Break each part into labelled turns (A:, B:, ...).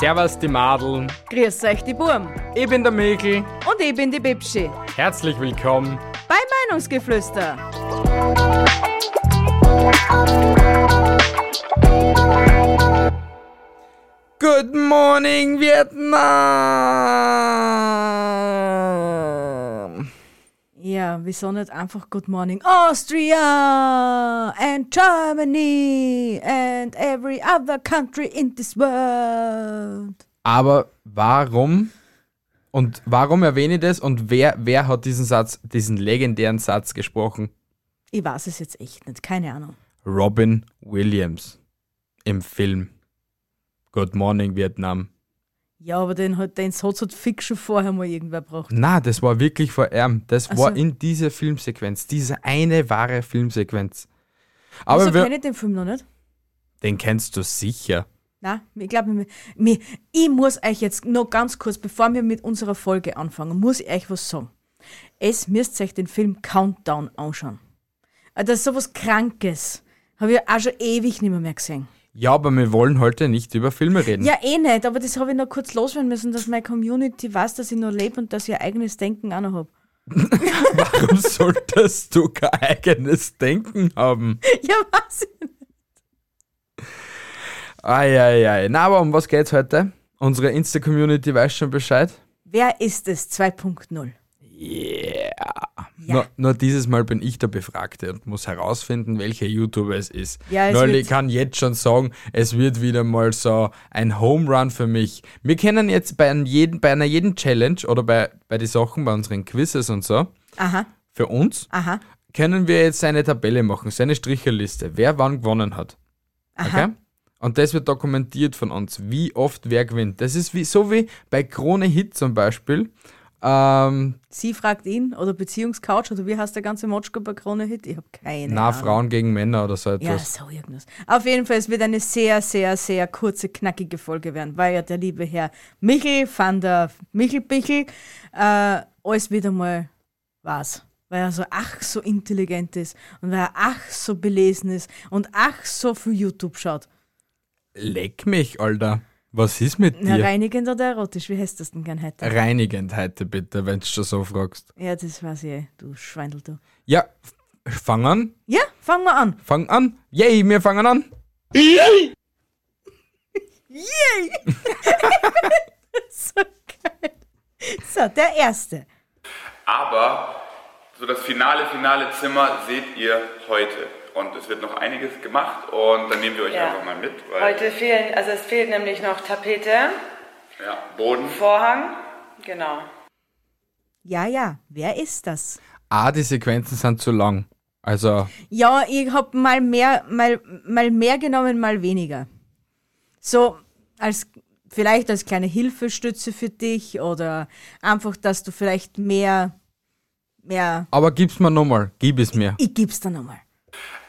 A: Servus die Madeln,
B: Grüß euch die Burm
A: ich bin der Mikl,
B: und ich bin die Bibschi
A: herzlich willkommen.
B: bei Meinungsgeflüster.
A: Good morning Vietnam!
B: Ja, wieso nicht einfach Good Morning Austria and Germany and every other country in this world.
A: Aber warum und warum erwähne ich das und wer, wer hat diesen Satz, diesen legendären Satz gesprochen?
B: Ich weiß es jetzt echt nicht, keine Ahnung.
A: Robin Williams im Film Good Morning Vietnam.
B: Ja, aber den hat den Satz hat fix schon vorher mal irgendwer braucht.
A: Na, das war wirklich vor ihm. Das
B: Ach
A: war
B: so.
A: in dieser Filmsequenz, diese eine wahre Filmsequenz. Aber
B: Wieso
A: wir,
B: kenne ich den Film noch nicht?
A: den kennst du sicher.
B: Na, ich glaube, ich muss euch jetzt noch ganz kurz, bevor wir mit unserer Folge anfangen, muss ich euch was sagen. Es müsst euch den Film Countdown anschauen. Ah, Das ist sowas Krankes. Habe ich auch schon ewig nicht mehr, mehr gesehen.
A: Ja, aber wir wollen heute nicht über Filme reden.
B: Ja, eh nicht, aber das habe ich noch kurz loswerden müssen, dass meine Community weiß, dass ich noch lebe und dass ich ein eigenes Denken auch noch habe.
A: Warum solltest du kein eigenes Denken haben?
B: Ja, was?
A: Eieiei. Na, aber um was geht's heute? Unsere Insta-Community weiß schon Bescheid.
B: Wer ist es 2.0?
A: Yeah.
B: Ja.
A: Nur, nur dieses Mal bin ich der Befragte und muss herausfinden, welcher YouTuber es ist.
B: Ja, es
A: Weil
B: wird-
A: ich kann jetzt schon sagen, es wird wieder mal so ein Home Run für mich. Wir kennen jetzt bei, einem jeden, bei einer jeden Challenge oder bei, bei den Sachen, bei unseren Quizzes und so,
B: Aha,
A: für uns,
B: aha,
A: können wir jetzt eine Tabelle machen, so eine Stricherliste, wer wann gewonnen hat.
B: aha.
A: Okay? Und das wird dokumentiert von uns, wie oft wer gewinnt. Das ist wie, so wie bei Krone Hit zum Beispiel. Ähm,
B: Sie fragt ihn oder Beziehungscouch oder wie heißt der ganze Motschko bei Krone Hit? Ich habe keine
A: Na,
B: Ahnung.
A: Frauen gegen Männer oder so
B: Ja,
A: etwas.
B: so irgendwas. Auf jeden Fall, es wird eine sehr, sehr, sehr kurze, knackige Folge werden, weil ja der liebe Herr Michel van der Michelbichel äh, alles wieder mal was. Weil er so ach so intelligent ist und weil er ach so belesen ist und ach so viel YouTube schaut.
A: Leck mich, Alter. Was ist mit
B: Na,
A: dir?
B: reinigend oder erotisch, wie heißt das denn gern
A: Äh.
B: heute?
A: Reinigend heute bitte, wenn du schon so fragst.
B: Ja, das weiß ich, eh, du Schweindel, du.
A: Ja, f- fang an,
B: Ja, fangen wir an.
A: fang an. Yay, wir fangen an.
B: Yay! so geil. So, der erste.
C: Aber so das finale, finale Zimmer seht ihr heute. Und es wird noch einiges gemacht und dann nehmen wir euch
D: Ja.
C: einfach mal mit. Weil,
D: Heute fehlen, also es fehlt nämlich noch Tapete,
C: Ja, Boden.
D: Vorhang, genau.
B: Ja, ja, wer ist das?
A: Ah, die Sequenzen sind zu lang. Also,
B: Ja, ich hab mal mehr, mal, mal mehr genommen, mal weniger. So, als vielleicht als kleine Hilfestütze für dich oder einfach, dass du vielleicht mehr, mehr.
A: aber gib's mir nochmal. Gib es mir.
B: Ich gib's dir nochmal.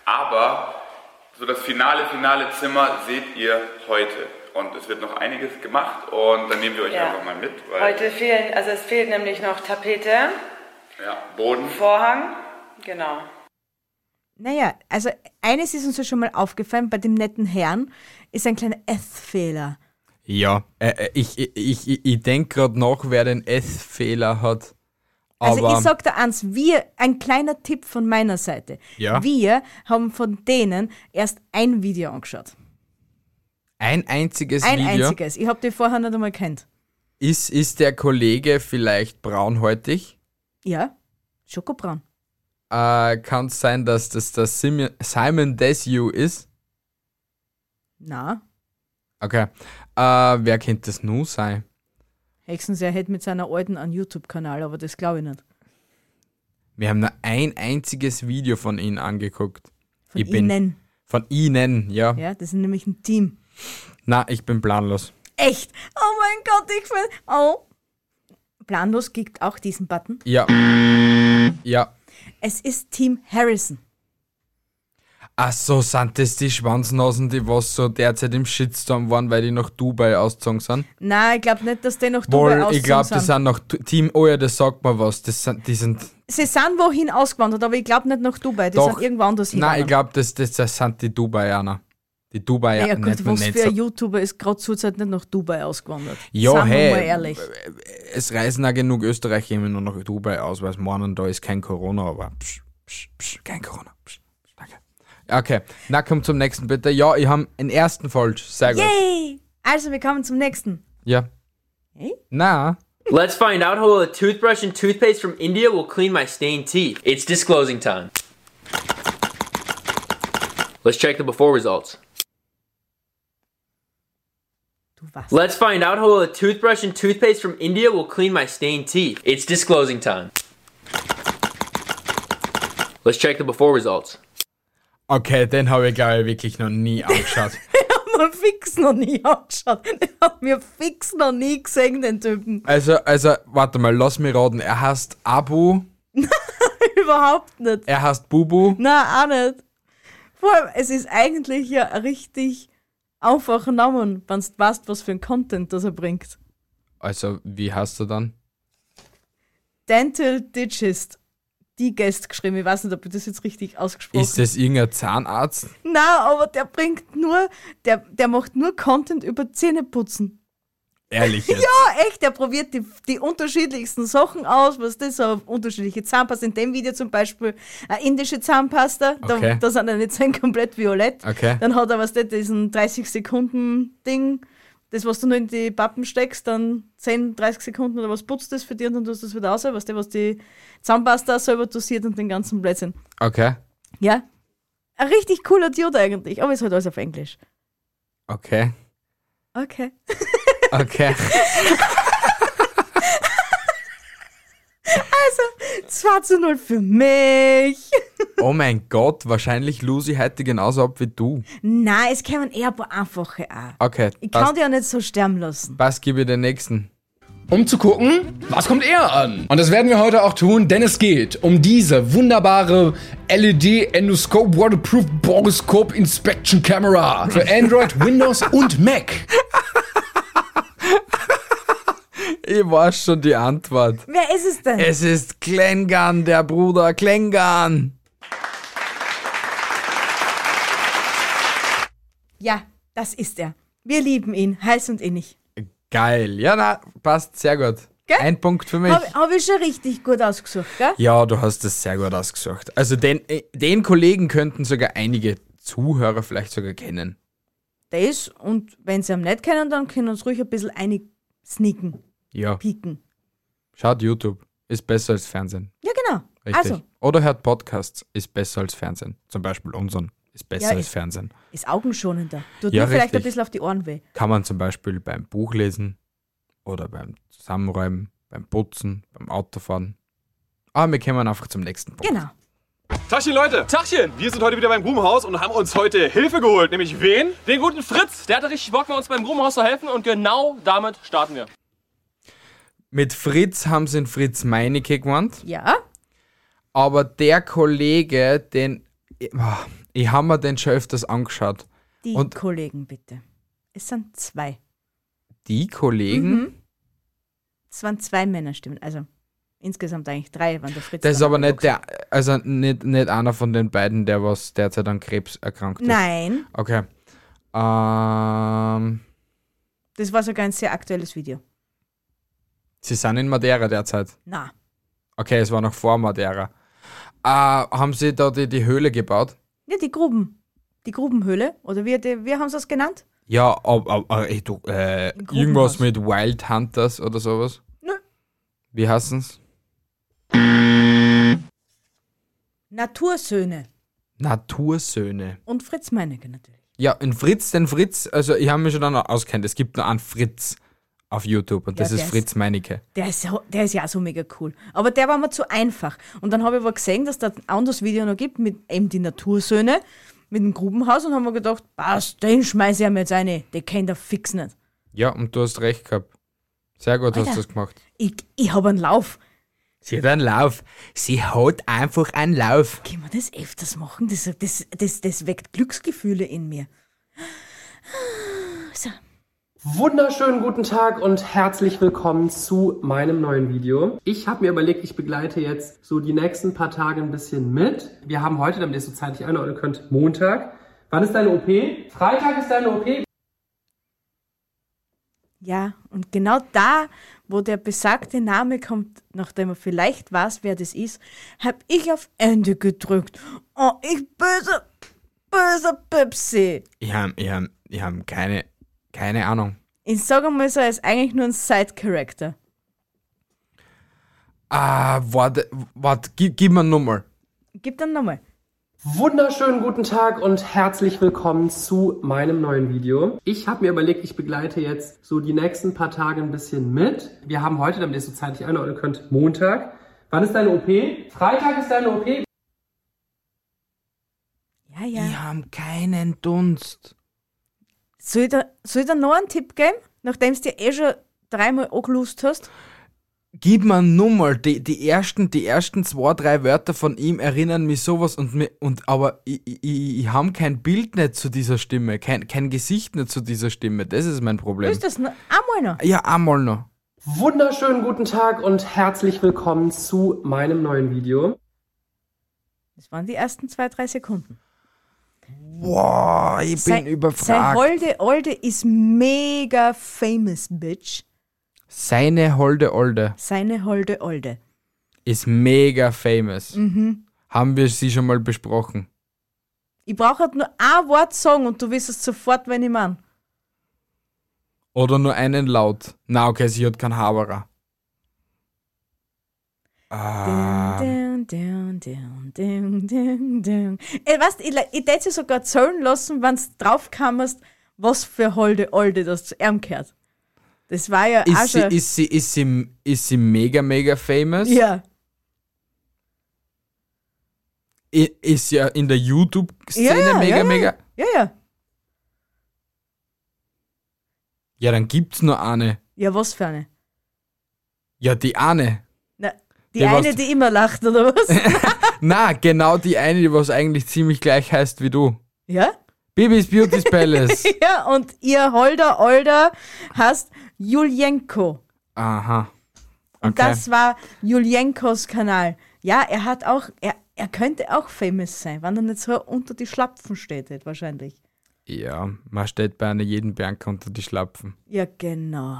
C: Aber so das finale, finale Zimmer seht ihr heute. Und es wird noch einiges gemacht und dann nehmen wir euch
D: Ja.
C: einfach mal mit. Weil,
D: Heute fehlen, also es fehlt nämlich noch Tapete,
C: Ja, Boden.
D: Vorhang, genau.
B: Naja, also eines ist uns ja schon mal aufgefallen, bei dem netten Herrn ist ein kleiner S-Fehler.
A: Ja, äh, äh, ich, ich, ich, ich denke gerade nach, wer den S-Fehler hat.
B: Also
A: Aber
B: ich sag dir eins, wir, ein kleiner Tipp von meiner Seite.
A: Ja.
B: Wir haben von denen erst ein Video angeschaut.
A: ein einziges
B: Ein
A: Video.
B: einziges. Ich hab die vorher nicht einmal kennt.
A: Ist, ist der Kollege vielleicht braunhäutig?
B: Ja, Schokobraun.
A: Äh, kann es sein, dass das der Simi- Simon Desue ist?
B: Na,
A: Okay. Äh, wer könnte das nun sein?
B: höchstens er hätte mit seiner alten einen YouTube-Kanal, aber das glaube ich nicht.
A: Wir haben nur ein einziges Video von ihnen angeguckt.
B: Von
A: Ich bin-
B: ihnen.
A: Von ihnen, ja.
B: Ja, das sind nämlich ein Team.
A: Na, ich bin planlos.
B: Echt? Oh mein Gott, ich bin. Oh. Planlos gibt auch diesen Button.
A: Ja. Ja.
B: Es ist Team Harrison.
A: Ach so, sind das die Schwanznasen, die was so derzeit im Shitstorm waren, weil die nach Dubai ausgezogen sind?
B: Na, ich glaube nicht, dass die noch Dubai
A: Wohl,
B: ausgezogen
A: ich glaube,
B: sind.
A: das sind noch Tu- Team, oh ja, das sagt mir was. Das sind, die sind,
B: Sie sind wohin ausgewandert, aber ich glaube nicht nach Dubai. Die
A: Doch.
B: sind irgendwo anders hin.
A: nein, ich glaube, das, das, das sind die Dubaianer. Die Dubaianer.
B: Ja, gut,
A: nennt man
B: was
A: nicht
B: für
A: so.
B: ein YouTuber ist gerade zurzeit nicht nach Dubai ausgewandert?
A: Ja,
B: Seien wir
A: hey. äh,
B: mal ehrlich.
A: es reisen auch genug Österreicher immer nur nach Dubai aus, weil es meinen, da ist kein Corona, aber psch, psch, psch, kein Corona. Psch, psch, danke. Okay, na komm zum nächsten bitte. Ja, ich habe einen ersten falsch. Sehr gut.
B: Yay! Also, wir kommen zum nächsten.
A: Ja. Na,
E: Let's find out how a toothbrush and toothpaste from India will clean my stained teeth. It's disclosing time. Let's check the before results.
B: Du was?
E: Let's find out how a toothbrush and toothpaste from India will clean my stained teeth. It's disclosing time. Let's check the before results.
A: okay, den habe ich glaube ich wirklich noch nie angeschaut.
B: haben wir fix noch nie angeschaut. Den haben wir fix noch nie gesehen, den Typen.
A: Also, also, warte mal, lass mich raten. Er heißt Abu,
B: Überhaupt nicht.
A: er heißt Bubu.
B: Na, auch nicht. Vor allem, es ist eigentlich ja ein richtig einfacher Name, wenn du weißt, was für ein Content das er bringt.
A: Also, wie heißt er dann?
B: Dental Digist. Die Guest geschrieben. Ich weiß nicht, ob ich das jetzt richtig ausgesprochen
A: Ist das irgendein Zahnarzt?
B: Na, aber der bringt nur, der, der macht nur Content über Zähneputzen.
A: Ehrlich jetzt.
B: Ja, echt, der probiert die, die unterschiedlichsten Sachen aus, was das so unterschiedliche Zahnpasta. In dem Video zum Beispiel eine indische Zahnpasta, da,
A: Okay.
B: da sind dann die Zähne komplett violett.
A: Okay.
B: Dann hat er was nicht, diesen 30-Sekunden-Ding, das, was du nur in die Pappen steckst, dann 10, 30 Sekunden oder was putzt das für dich und dann tust du das wieder raus, was der, was die Zahnpasta selber dosiert und den ganzen Blödsinn.
A: Okay,
B: Ja. Ein richtig cooler Dude eigentlich, aber ist halt alles auf Englisch.
A: okay,
B: Okay.
A: okay.
B: Also, 2 zu 0 für mich.
A: Oh mein Gott, wahrscheinlich Lucy heute genauso ab wie du.
B: Nein, es kämen eher ein paar einfache auch.
A: Okay,
B: Ich kann
A: Ah, passt,
B: die ja nicht so sterben lassen.
A: passt, gib ihr den nächsten.
F: um zu gucken, was kommt eher an. Und das werden wir heute auch tun, denn es geht um diese wunderbare LED Endoscope Waterproof Boroscope Inspection Camera für Android, Windows und Mac.
A: Ich weiß schon die Antwort.
B: Wer ist es denn?
A: Es ist Klengan, der Bruder Klengan.
B: ja, das ist er. Wir lieben ihn, heiß und innig.
A: Geil. Ja, na, passt sehr gut.
B: Gell?
A: Ein Punkt für mich.
B: Habe hab ich schon richtig gut ausgesucht, gell?
A: Ja, du hast das sehr gut ausgesucht. Also den, äh, den Kollegen könnten sogar einige Zuhörer vielleicht sogar kennen.
B: Das und wenn sie ihn nicht kennen, dann können uns ruhig ein bisschen einig sneaken,
A: Ja,
B: pieken.
A: schaut YouTube. Ist besser als Fernsehen.
B: Ja, genau.
A: Richtig.
B: Also,
A: Oder hört Podcasts. Ist besser als Fernsehen. Zum Beispiel unseren. Ist besser
B: Ja,
A: als
B: ist-
A: Fernsehen.
B: ist augenschonender. Tut
A: Ja,
B: mir vielleicht ein
A: richtig.
B: bisschen auf die Ohren weh.
A: Kann man zum Beispiel beim Buch lesen oder beim Zusammenräumen, beim Putzen, beim Autofahren. Aber wir kommen einfach zum nächsten Punkt.
B: Genau.
G: Tachchen, Leute! Tachchen! Wir sind heute wieder beim Grubenhaus und haben uns heute Hilfe geholt. Nämlich wen?
H: Den guten Fritz, der hatte richtig Bock, mal uns beim Grubenhaus zu helfen und genau damit starten wir.
A: Mit Fritz haben sie den Fritz Meinecke gewandt.
B: Ja,
A: aber der Kollege, den ich, ah, ich habe mir den schon öfters angeschaut.
B: die
A: Und-
B: Kollegen bitte. Es sind zwei.
A: Die Kollegen,
B: Es waren zwei Männerstimmen. Also insgesamt eigentlich drei, waren der Fritz.
A: das ist
B: dann
A: aber nicht
B: Boxer.
A: der, also nicht, nicht einer von den beiden, der was derzeit an Krebs erkrankt ist.
B: Nein,
A: Okay. Ähm,
B: das war sogar ein sehr aktuelles Video.
A: sie sind in Madeira derzeit.
B: Na,
A: Okay, es war noch vor Madeira. Äh, haben sie da die, die Höhle gebaut?
B: ja, die Gruben. Die Grubenhöhle, oder wie, die, wie haben sie das genannt?
A: Ja, aber, aber ey, du, äh,
B: Im Grubenhaus.
A: irgendwas mit Wild Hunters oder sowas?
B: Nö.
A: Wie heißen's?
B: Natursöhne.
A: Natursöhne.
B: Und Fritz Meinecke natürlich.
A: Ja, in Fritz, den Fritz, also ich habe mich schon dann auskennt, es gibt nur einen Fritz auf YouTube und
B: Ja,
A: das ist
B: der ist-
A: Fritz Meinecke.
B: Der ist, so, der ist ja auch so mega cool. Aber der war mir zu einfach. Und dann habe ich aber gesehen, dass da ein anderes Video noch gibt mit eben die Natursöhne. mit dem Grubenhaus und haben wir gedacht, passt, den schmeiße ich ihm jetzt eine. Den kennt er fix nicht.
A: Ja, und du hast recht gehabt. Sehr gut hast
B: Alter.
A: du das gemacht.
B: Ich, ich habe einen Lauf.
A: Sie hat einen Lauf. Sie hat einfach einen Lauf.
B: Können wir das öfters machen? Das, das, das, das weckt Glücksgefühle in mir. So.
I: Wunderschönen guten Tag und herzlich willkommen zu meinem neuen Video. Ich habe mir überlegt, ich begleite jetzt so die nächsten paar Tage ein bisschen mit. Wir haben heute, damit ihr es so zeitlich einordnen könnt, Montag. Wann ist deine OP? Freitag ist deine OP.
B: Ja, und genau da, wo der besagte Name kommt, nachdem er vielleicht weiß, wer das ist, hab ich auf Ende gedrückt. Oh, ich böse, böse Pepsi.
A: Ich habe ich hab, ich hab keine, keine Ahnung.
B: Ich sage mal so, er ist eigentlich nur ein Side-Character.
A: Ah, warte, warte, gib, gib mir nochmal.
B: Gib dann nochmal.
I: Wunderschönen guten Tag und herzlich willkommen zu meinem neuen Video. Ich habe mir überlegt, ich begleite jetzt so die nächsten paar Tage ein bisschen mit. Wir haben heute, damit ihr es so zeitlich einordnen könnt, Montag. Wann ist deine OP? Freitag ist deine OP.
B: Ja, ja.
A: Wir haben keinen Dunst.
B: Soll, ich da, soll ich da noch einen Tipp geben, nachdem du dir eh schon dreimal angelost hast?
A: Gib mir nochmal die, die ersten, die ersten zwei, drei Wörter von ihm erinnern mich sowas und mir, und aber ich, ich, ich, ich habe kein Bild nicht zu dieser Stimme, kein, kein Gesicht nicht zu dieser Stimme. Das ist mein Problem.
B: Ist das noch? Einmal noch.
A: Ja, einmal noch.
I: Wunderschönen guten Tag und herzlich willkommen zu meinem neuen Video.
B: Das waren die ersten zwei, drei Sekunden.
A: Boah, ich bin
B: Sei- Sei
A: überfragt.
B: holde, holde ist mega famous, bitch.
A: Seine Holde Olde
B: Seine holde, olde.
A: ist mega famous.
B: Mhm.
A: Haben wir sie schon mal besprochen?
B: Ich brauche halt nur ein Wort sagen und du wirst es sofort, wenn ich mein.
A: Oder nur einen Laut? Na, okay, sie hat keinen Haberer. Ah,
B: Dun, dun, dun, dun, dun, dun. Ey, weißt, ich, le- ich hätte sie sogar zählen lassen, wenn du draufkammerst, was für holde olde das zu ihm gehört. Das war ja auch
A: ist, sie,
B: schon-
A: ist, sie, ist, sie, ist sie mega, mega famous?
B: Ja.
A: I, ist sie in der YouTube-Szene
B: Ja, ja,
A: mega,
B: ja, ja.
A: mega?
B: Ja, ja.
A: Ja, dann gibt's nur eine.
B: Ja, was für eine?
A: Ja, die eine.
B: Na, die
A: Die, was
B: eine,
A: du-
B: die immer lacht, oder was?
A: Na, genau die eine, die was eigentlich ziemlich gleich heißt wie du.
B: ja?
A: Bibis Beauty Palace.
B: Ja, und ihr holder Older heißt Julienko.
A: Aha. Okay.
B: Und das war Julienkos Kanal. Ja, er hat auch, er, er könnte auch famous sein, wenn er nicht so unter die Schlapfen steht, halt wahrscheinlich.
A: Ja, man steht bei einer jeden Bianca unter die Schlapfen.
B: Ja, genau.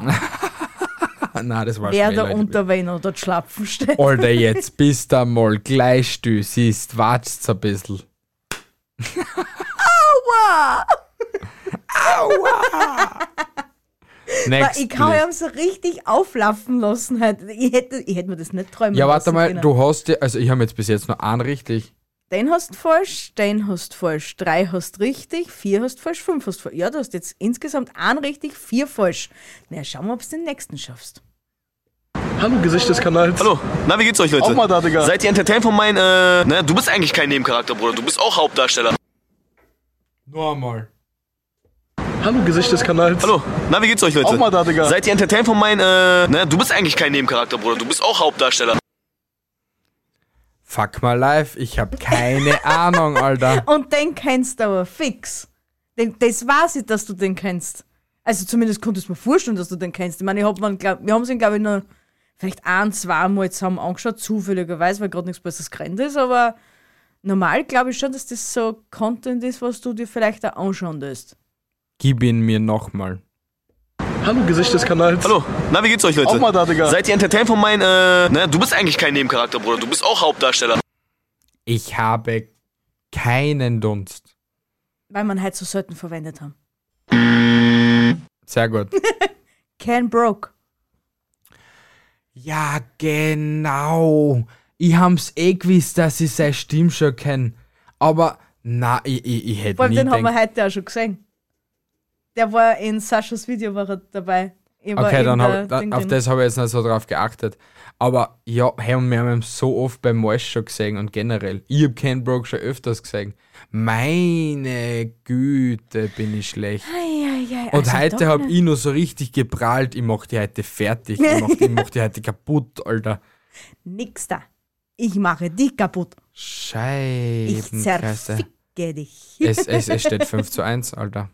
A: Ah, nein, das war
B: Wer
A: schnell,
B: da
A: Leute.
B: unter wen unter die Schlapfen steht.
A: Alter, jetzt bist du mal gleich still, siehst, wartest ein bisschen.
B: Wow.
A: Next,
B: Ich kann
A: please.
B: ihn so richtig auflaufen lassen. Halt. Ich, hätte, ich hätte mir das nicht träumen
A: ja, warte
B: lassen
A: mal,
B: können.
A: du hast dir, also ich habe jetzt bis jetzt nur einen richtig.
B: Den hast falsch, den hast falsch, drei hast richtig, vier hast falsch, fünf hast falsch. Ja, du hast jetzt insgesamt einen richtig, vier falsch. Na, schauen wir, ob du den nächsten schaffst.
G: Hallo, Gesicht des Kanals.
J: Hallo, na, wie geht's euch, Leute?
G: Auch mal da, Digga.
J: Seid ihr entertained von meinen, äh, ne, du bist eigentlich kein Nebencharakter, Bruder, du bist auch Hauptdarsteller.
A: Nur einmal.
G: Hallo, Gesicht des Kanals.
J: Hallo, na, wie geht's euch, Leute?
G: Auch mal da, Digga.
J: Seid ihr entertained von meinen, äh, ne, du bist eigentlich kein Nebencharakter, Bruder, du bist auch Hauptdarsteller.
A: Fuck my life, ich habe keine Ahnung, Alter.
B: Und den kennst du aber fix. Den, das weiß ich, dass du den kennst. Also zumindest konnte ich mir vorstellen, dass du den kennst. Ich meine, ich hab man, glaub, wir haben ihn, glaube ich, noch vielleicht ein, zwei Mal zusammen angeschaut, zufälligerweise, weil gerade nichts Besseres gerannt ist, aber normal glaube ich schon, dass das so Content ist, was du dir vielleicht auch anschauen wirst.
A: Gib ihn mir nochmal.
G: Hallo, Gesicht des Kanals.
J: Hallo, na, wie geht's euch, Leute?
G: Auch mal da, Digga.
J: Seid ihr entertained von meinen, äh, ne, du bist eigentlich kein Nebencharakter, Bruder, du bist auch Hauptdarsteller.
A: Ich habe keinen Dunst.
B: Weil man halt so selten verwendet haben.
A: Sehr gut.
B: Ken Broke.
A: Ja, genau. Ich hab's eh gewusst, dass ich seine Stimme schon kenne. Aber, na, ich, ich, ich hätte
B: Vor allem
A: nie
B: den haben wir
A: gedacht.
B: heute auch schon gesehen. Der war in Saschas Video war er dabei. Ich war
A: Okay,
B: in
A: dann
B: der
A: hab, dann,
B: Ding
A: auf
B: drin.
A: das habe ich jetzt nicht so drauf geachtet. Aber ja, hey, und wir haben ihn so oft beim Marsh schon gesehen und generell. Ich habe Ken Brock schon öfters gesehen. Meine Güte, bin ich schlecht.
B: Eieiei,
A: Und
B: also
A: heute
B: doch
A: habe
B: nicht.
A: ich nur so richtig geprahlt, ich mach die heute fertig, ich mach, ich mach die heute kaputt, Alter.
B: Nix da. Ich mache dich kaputt. Ich
A: Scheibenkreise.
B: zerficke dich.
A: Es, es, es steht 5 zu 1, Alter.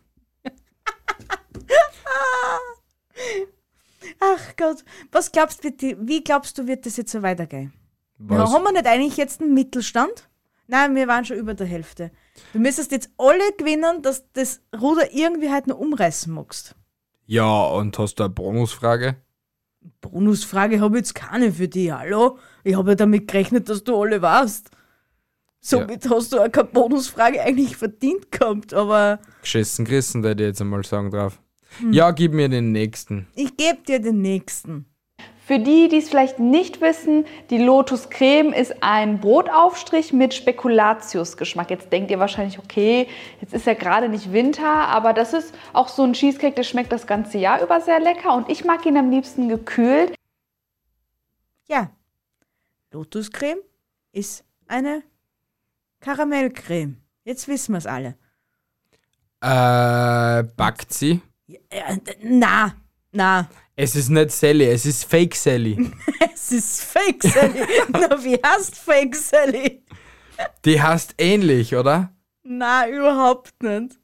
B: Ach Gott, was glaubst bitte, wie glaubst du, wird das jetzt so weitergehen?
A: Was?
B: Haben wir nicht eigentlich jetzt einen Mittelstand? Nein, wir waren schon über der Hälfte. Du müsstest jetzt alle gewinnen, dass das Ruder irgendwie halt noch umreißen magst.
A: Ja, und hast du eine Bonusfrage?
B: Bonusfrage habe ich jetzt keine für dich, hallo? Ich habe ja damit gerechnet, dass du alle warst. Somit hast du auch keine Bonusfrage eigentlich verdient gehabt, aber
A: Geschissen gerissen, würde ich jetzt einmal sagen drauf.
B: Hm.
A: Ja, gib mir den nächsten.
B: ich gebe dir den nächsten.
K: Für die, die es vielleicht nicht wissen, die Lotus Creme ist ein Brotaufstrich mit Spekulatius-Geschmack. Jetzt denkt ihr wahrscheinlich, okay, jetzt ist ja gerade nicht Winter, aber das ist auch so ein Cheesecake, der schmeckt das ganze Jahr über sehr lecker und ich mag ihn am liebsten gekühlt.
B: Ja, Lotuscreme ist eine Karamellcreme. Jetzt wissen wir es alle.
A: Äh, backt sie?
B: Äh, na, na,
A: Es ist nicht Sally, es ist Fake Sally.
B: es ist Fake Sally. na, wie heißt Fake Sally?
A: Die heißt ähnlich, oder?
B: Na, überhaupt nicht.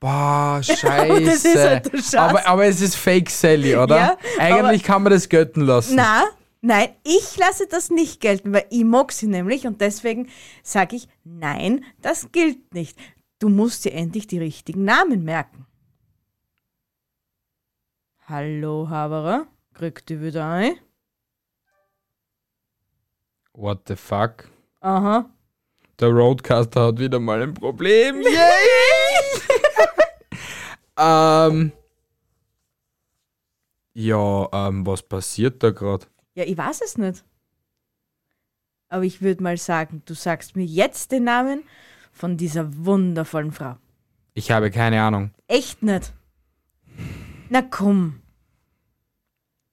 A: Boah,
B: Aber
A: scheiße.
B: das ist halt der Schatz.
A: aber, aber es ist Fake Sally, oder?
B: Ja,
A: Eigentlich kann man das götten lassen.
B: Na, nein, ich lasse das nicht gelten, weil ich mag sie nämlich und deswegen sage ich, nein, das gilt nicht. Du musst dir endlich die richtigen Namen merken. Hallo, Haberer. Kriegt ihr wieder ein?
A: What the fuck?
B: Aha.
A: Der Roadcaster hat wieder mal ein Problem. ähm, ja, ähm, was passiert da gerade?
B: Ja, ich weiß es nicht. Aber ich würde mal sagen, du sagst mir jetzt den Namen von dieser wundervollen Frau.
A: Ich habe keine Ahnung.
B: Echt nicht. Na komm.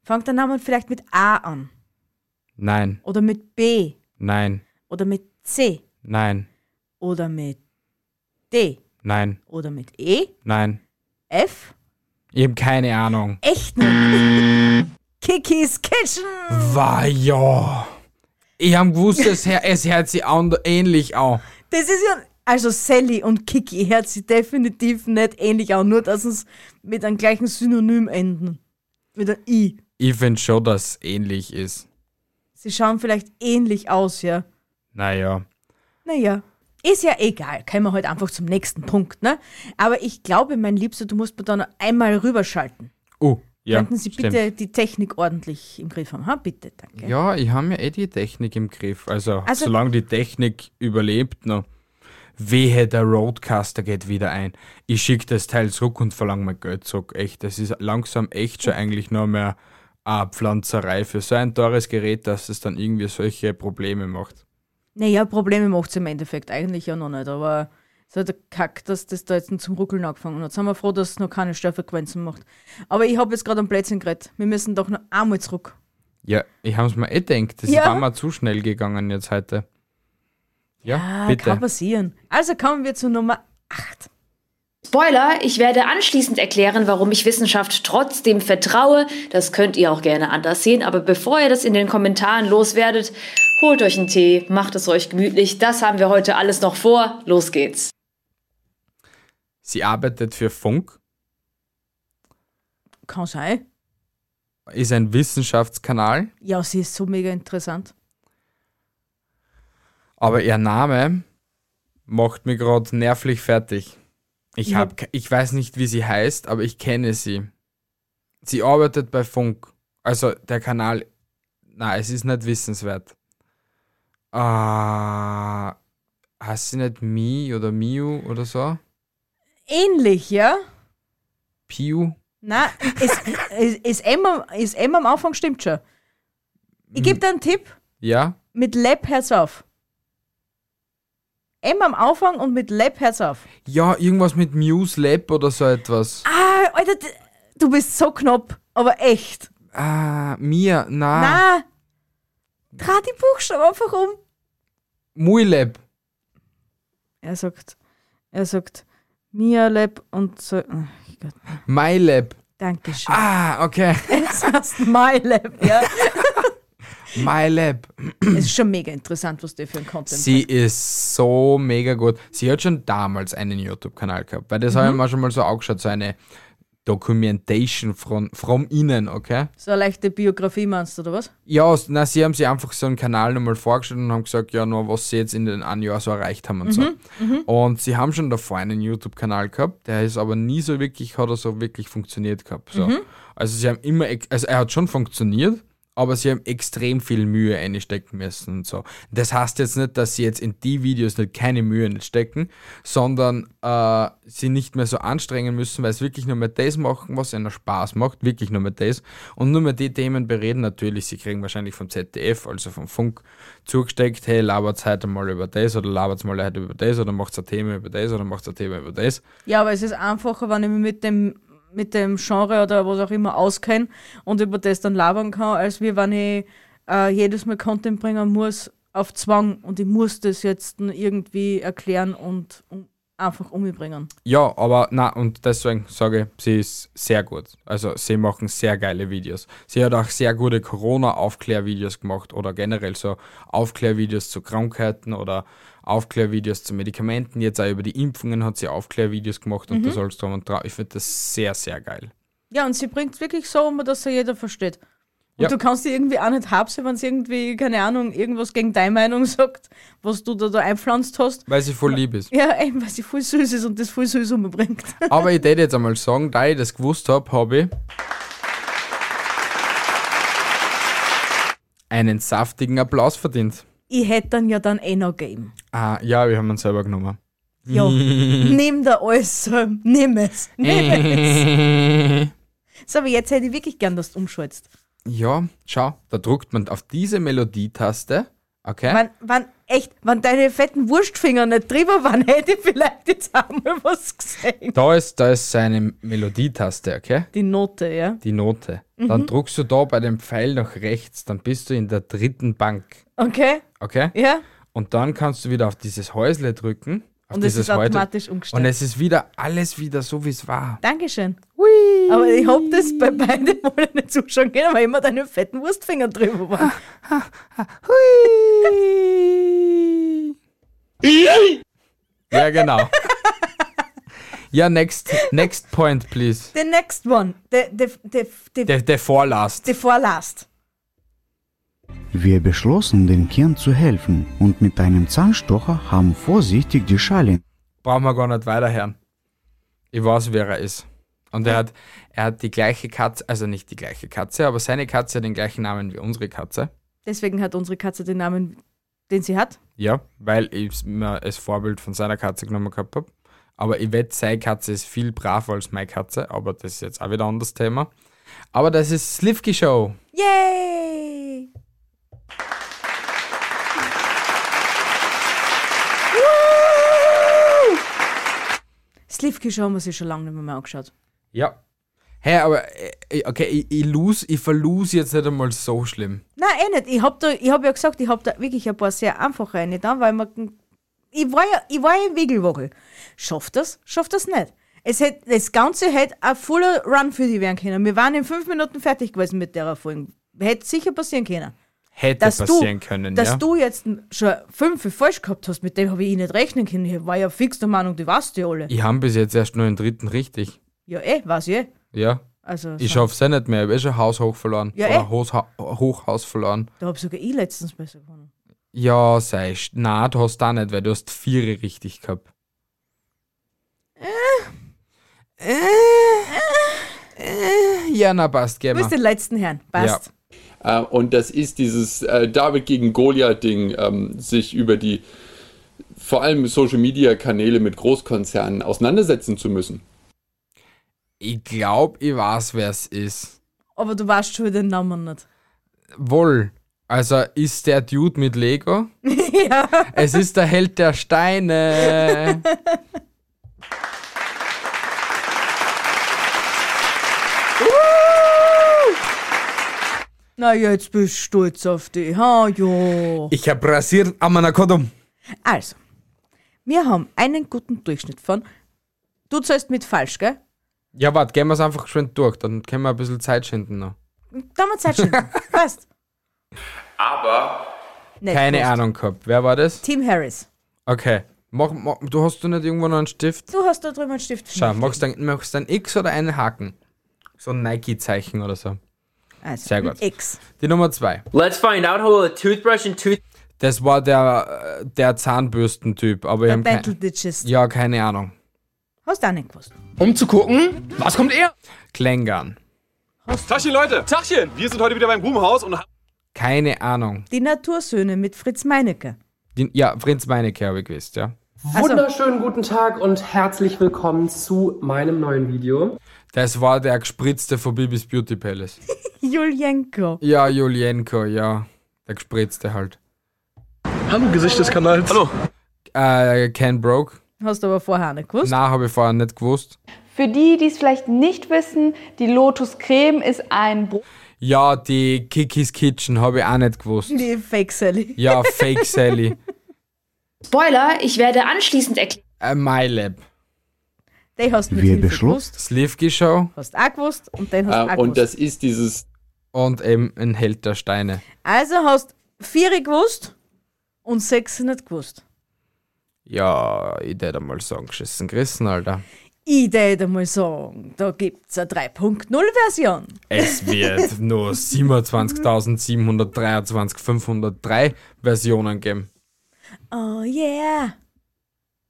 B: Fangt der Name vielleicht mit A an.
A: Nein,
B: Oder mit B.
A: nein,
B: Oder mit C.
A: nein,
B: Oder mit D.
A: nein,
B: Oder mit E.
A: nein.
B: F.
A: Ich habe keine Ahnung.
B: Echt nicht. Kikis Kitchen.
A: War ja. Ich habe gewusst, es, hör- es hört sich an, ähnlich an.
B: Das ist ja. Also Sally und Kiki hört sich definitiv nicht ähnlich an, nur dass es mit einem gleichen Synonym enden. Mit einem I.
A: Ich finde schon, dass es ähnlich ist.
B: Sie schauen vielleicht ähnlich aus, ja.
A: Naja.
B: Naja. Ist ja egal, können wir heute einfach zum nächsten Punkt, ne? Aber ich glaube, mein Liebster, du musst mir da noch einmal rüberschalten.
A: Oh, ja.
B: Könnten Sie bitte
A: stimmt.
B: die Technik ordentlich im Griff haben? Ha, bitte, danke.
A: Ja, ich habe ja eh die Technik im Griff. Also,
B: Also-
A: solange die Technik überlebt, noch. Wehe, der Roadcaster geht wieder ein. Ich schicke das Teil zurück und verlange mein Geld zurück. Echt, das ist langsam echt schon eigentlich nur mehr eine Pflanzerei für so ein teures Gerät, dass es dann irgendwie solche Probleme macht.
B: Naja, Probleme macht es im Endeffekt eigentlich ja noch nicht, aber es hat der Kack, dass das da jetzt zum Ruckeln angefangen hat. Sind wir froh, dass es noch keine Störfrequenzen macht. Aber ich habe jetzt gerade am Plätzchen geredet. Wir müssen doch noch einmal zurück.
A: Ja, ich habe es mir eh gedacht. Das
B: Ja.
A: war mal zu schnell gegangen jetzt heute. Ja,
B: Ah,
A: bitte.
B: kann passieren. Also kommen wir zu Nummer.
L: Spoiler, ich werde anschließend erklären, warum ich Wissenschaft trotzdem vertraue. Das könnt ihr auch gerne anders sehen, aber bevor ihr das in den Kommentaren loswerdet, holt euch einen Tee, macht es euch gemütlich. Das haben wir heute alles noch vor. Los geht's.
A: Sie arbeitet für Funk,
B: Kann sein.
A: ist ein Wissenschaftskanal,
B: Ja, sie ist so mega interessant.
A: aber ihr Name macht mir gerade nervlich fertig. Ich,
B: Ja.
A: hab, ke- ich weiß nicht, wie sie heißt, aber ich kenne sie. Sie arbeitet bei Funk. Also der Kanal. Na, es ist nicht wissenswert. Ah, heißt sie nicht Mi oder Miu oder so?
B: Ähnlich, ja?
A: Piu?
B: Na, ist, ist, ist, M, am- ist M am Anfang stimmt schon. Ich gebe dir einen Tipp.
A: Ja?
B: Mit Lab Herz auf. M am Anfang und mit Lab Herz auf.
A: Ja, irgendwas mit Muse Lab oder so etwas.
B: Ah, Alter, d- Du bist so knapp, aber echt.
A: Ah, mir, na.
B: Na, dreh die Buchstaben einfach um.
A: Muileb.
B: Er sagt, er sagt, Mialeb und so. ah,
A: Mylab.
B: Dankeschön.
A: Ah, okay.
B: Es heißt MyLab, ja.
A: Mylab.
B: es ist schon mega interessant, was der für ein Content
A: Sie ist so mega gut. Sie hat schon damals einen YouTube-Kanal gehabt, weil das habe ich
B: Mhm.
A: mir schon mal so angeschaut, so eine Documentation von from innen, okay?
B: So eine leichte Biografie meinst du, oder was?
A: Ja, s- na, sie haben sich einfach so einen Kanal nochmal vorgestellt und haben gesagt, ja, nur was sie jetzt in den einem Jahr so erreicht haben und so.
B: Mhm, mhm.
A: Und sie haben schon davor einen YouTube-Kanal gehabt, der ist aber nie so wirklich, hat er so wirklich funktioniert gehabt. So.
M: Mhm.
A: Also sie haben immer, ex- also er hat schon funktioniert, aber sie haben extrem viel Mühe einstecken müssen und so. Das heißt jetzt nicht, dass sie jetzt in die Videos nicht keine Mühe nicht stecken, sondern äh, sie nicht mehr so anstrengen müssen, weil es wirklich nur mehr das machen, was ihnen Spaß macht, wirklich nur mehr das. Und nur mehr die Themen bereden natürlich, sie kriegen wahrscheinlich vom ZDF, also vom Funk, zugesteckt, hey, labert heute mal über das oder labert mal heute über das oder macht ein Thema über das oder macht ein Thema über das.
B: Ja, aber es ist einfacher, wenn ich mich mit dem, mit dem Genre oder was auch immer auskenne und über das dann labern kann, als wie wenn ich äh, jedes Mal Content bringen muss auf Zwang und ich muss das jetzt irgendwie erklären und um, einfach umbringen.
A: Ja, aber na und deswegen sage ich, sie ist sehr gut. Also sie machen sehr geile Videos. Sie hat auch sehr gute Corona-Aufklärvideos gemacht oder generell so Aufklärvideos zu Krankheiten oder Aufklärvideos zu Medikamenten. Jetzt auch über die Impfungen hat sie Aufklärvideos gemacht und
B: Mhm.
A: da sollst du und dra- Ich finde das sehr, sehr geil.
B: Ja, und sie bringt es wirklich so um, dass er jeder versteht. Und
A: Ja.
B: du kannst sie irgendwie auch nicht habsen, wenn sie irgendwie, keine Ahnung, irgendwas gegen deine Meinung sagt, was du da, da einpflanzt hast.
A: Weil sie voll lieb ist.
B: Ja, eben, weil sie voll süß ist und das voll süß umbringt.
A: Aber ich würde jetzt einmal sagen, da ich das gewusst habe, habe ich einen saftigen Applaus verdient.
B: ich hätte dann ja dann eh noch gegeben.
A: Ah, ja, wir haben ihn selber genommen.
B: Ja, nimm da alles, ähm, nimm es, nimm es. So, aber jetzt hätte ich wirklich gern, dass du umschaltest.
A: ja, schau, da drückt man auf diese Melodietaste. Okay.
B: Wann, wann, echt, wenn deine fetten Wurstfinger nicht drüber waren, hätte ich vielleicht jetzt einmal was gesehen.
A: da ist, da ist seine Melodietaste, okay?
B: Die Note, ja.
A: Die Note.
B: Mhm.
A: Dann drückst du da bei dem Pfeil nach rechts, dann bist du in der dritten Bank,
B: Okay,
A: okay?
B: ja.
A: Und dann kannst du wieder auf dieses Häusle drücken. Auf
B: Und es
A: dieses
B: ist automatisch
A: Häusle.
B: umgestellt.
A: Und es ist wieder alles wieder so, wie es war.
B: Dankeschön. Aber ich hab das bei beiden Malen nicht zuschauen können, weil immer deine fetten Wurstfinger drüber waren.
A: Ja, genau. ja, next, next point, please.
B: The next one. The, the, the, the,
A: Der, der Vorlast.
B: the vorlast.
N: Wir beschlossen, den Kindern zu helfen und mit einem Zahnstocher haben vorsichtig die Schale
A: Brauchen wir gar nicht weiterhören. Ich weiß, wer er ist. Und er hat, er hat die gleiche Katze, also nicht die gleiche Katze, aber seine Katze hat den gleichen Namen wie unsere Katze.
B: Deswegen hat unsere Katze den Namen, den sie hat.
A: Ja, weil ich mir als Vorbild von seiner Katze genommen gehabt habe. Aber ich wette, seine Katze ist viel braver als meine Katze, aber das ist jetzt auch wieder ein anderes Thema. Aber das ist Slivki Show.
B: Yay! Slivki Show haben wir sich schon lange nicht mehr, mehr angeschaut.
A: Ja. Hä, aber äh, okay, ich, ich, lose, ich verlose jetzt nicht einmal so schlimm.
B: Nein, eh nicht. Ich habe hab ja gesagt, ich habe da wirklich ein paar sehr einfache eine da, weil man. Ich war ja, ich war ja im Wiegelwogel. Schafft das? Schafft das nicht? Es hätt, das Ganze hätte ein voller Run für die werden können. Wir waren in fünf Minuten fertig gewesen mit der Folge. Hätte sicher passieren können.
A: Hätte
B: Dass du-
A: passieren können,
B: Dass
A: ja.
B: du jetzt schon fünf falsch gehabt hast, mit dem habe ich nicht rechnen können. Ich war ja fix der Meinung, die weißt ja alle.
A: ich habe bis jetzt erst nur den dritten richtig.
B: Ja, eh, weiß ich eh.
A: Ja.
B: Also,
A: Ich
B: so.
A: schaff's eh nicht mehr. Ich habe eh schon Haus hoch verloren.
B: Ja, eh.
A: Oder Haus, ha Hochhaus verloren.
B: Da habe sogar ich letztens besser gewonnen.
A: Ja, sei sch- Na, du hast da nicht, weil du hast vier richtig gehabt.
B: Äh, äh.
A: Ja, na passt,
B: Du
A: gehen
B: bist den letzten Herrn. Passt.
O: Äh, und das ist dieses äh, David gegen Goliath-Ding, ähm, sich über die vor allem Social-Media-Kanäle mit Großkonzernen auseinandersetzen zu müssen.
A: Ich glaub, ich weiß, wer es ist.
B: Aber du weißt schon den Namen nicht.
A: Wohl. Also ist der Dude mit Lego?
B: ja.
A: Es ist der Held der Steine.
B: Na, jetzt bist du stolz auf dich, ha, jo.
A: Ich hab rasiert am Anakodum.
B: Also, wir haben einen guten Durchschnitt von. Du zahlst mit falsch, gell?
A: Ja, warte, gehen wir es einfach geschwind durch, dann können wir ein bisschen Zeit schinden noch.
B: Da mal Zeit schinden. Passt.
C: Aber
B: Nicht
A: Keine
B: gewusst.
A: Ahnung gehabt. Wer war das?
B: Tim Harris.
A: Okay. Mach, mach, du hast du nicht irgendwo noch einen Stift?
B: Du hast da drüben einen Stift.
A: Schau, machst du ein, machst du ein X oder einen Haken? So ein Nike-Zeichen oder so.
B: Also,
A: Sehr gut.
B: X.
A: Die Nummer zwei.
E: Let's find out how a toothbrush and tooth.
A: Das war der, äh, der Zahnbürstentyp, aber ich
B: Der
A: hab kein-
B: Battle Digest.
A: Ja, keine Ahnung.
B: Hast du auch nicht gewusst.
F: Um zu gucken, was kommt er?
A: Klängern.
G: Tachchen, Leute. Tachchen. Wir sind heute wieder beim Grubenhaus und haben...
A: Keine Ahnung.
B: Die Natursöhne mit Fritz Meinecke. Also,
A: Die, ja, Fritz Meinecke habe ich gewusst, ja.
I: Wunderschönen guten Tag und herzlich willkommen zu meinem neuen Video.
A: Das war der gespritzte von Bibis Beauty Palace.
B: Julienko.
A: Ja, Julienko, ja. Der gespritzte halt.
G: Hallo, Gesicht des Kanals.
A: Hallo. Äh, Ken Broke.
B: Hast du aber vorher auch nicht gewusst.
A: Na, habe ich vorher nicht gewusst.
K: Für die, die es vielleicht nicht wissen, die Lotus Creme ist ein Brot.
A: Ja, die Kikis Kitchen habe ich auch nicht gewusst.
B: Die Fake Sally.
A: Ja, Fake Sally.
L: Spoiler, ich werde anschließend erklären.
A: Äh, MyLab.
B: Den hast du mit
A: Wir
B: Hilfe gewusst.
A: Slivki Show.
B: Hast auch gewusst und den
A: Ah,
B: hast du auch gewusst.
A: Äh, das ist dieses. Und eben ein Held der Steine.
B: Also hast vier gewusst und sechs nicht gewusst.
A: Ja, ich hätte mal sagen, geschissen gerissen, Alter.
B: Ich würde mal sagen, da gibt's eine 3.0-Version.
A: Es wird nur 27.723.503 Versionen geben.
B: Oh yeah.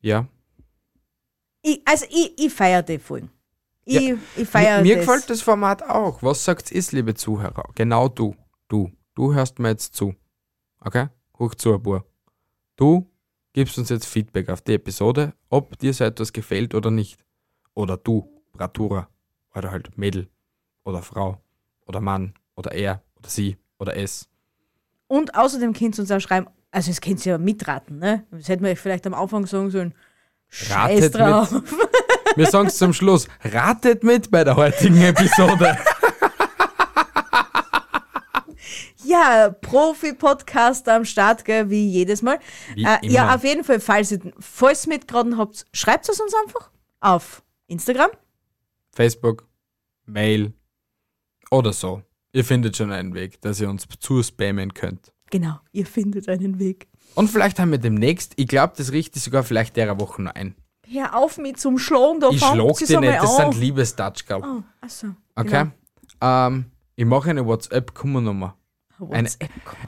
A: Ja.
B: Ich, also ich, ich feiere die voll. Ich, ich feiere
A: Mir, mir
B: das.
A: gefällt das Format auch. Was sagt ist, liebe Zuhörer? Genau du. Du. Du hörst mir jetzt zu. Okay? Hoch zu, Bur. Du gibst uns jetzt Feedback auf die Episode, ob dir so etwas gefällt oder nicht. Oder du, Bratura. Oder halt Mädel. Oder Frau. Oder Mann. Oder er. Oder sie. Oder es.
B: Und außerdem könnt ihr uns auch schreiben, also das könnt ihr ja mitraten, ne? Das hätten wir euch vielleicht am Anfang sagen sollen. Scheiß
A: Ratet
B: drauf.
A: mit. Wir sagen es zum Schluss. Ratet mit bei der heutigen Episode.
B: Ja, Profi-Podcast am Start, gell, wie jedes Mal.
A: Wie
B: äh,
A: immer.
B: Ja, auf jeden Fall, falls ihr falls ihr mitgeraten habt, schreibt es uns einfach auf Instagram.
A: Facebook, Mail oder so. Ihr findet schon einen Weg, dass ihr uns zuspammen könnt.
B: Genau, ihr findet einen Weg.
A: Und vielleicht haben wir demnächst, ich glaube, das richte ich sogar vielleicht derer Woche noch ein.
B: Hör auf mit zum Schlagen, da
A: ich
B: fangt
A: schlag
B: sie's
A: dir nicht,
B: einmal
A: das
B: an.
A: sind Liebestouch, glaube
B: Oh, achso.
A: Okay?
B: Genau.
A: Ähm, ich mache eine WhatsApp-Kummernummer.
B: Genau.
A: Eine,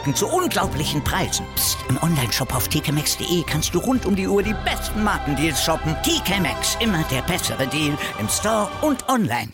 P: zu unglaublichen Preisen. Psst. Im Onlineshop auf tkmaxx.de kannst du rund um die Uhr die besten Markendeals shoppen. TK Maxx, immer der bessere Deal im Store und online.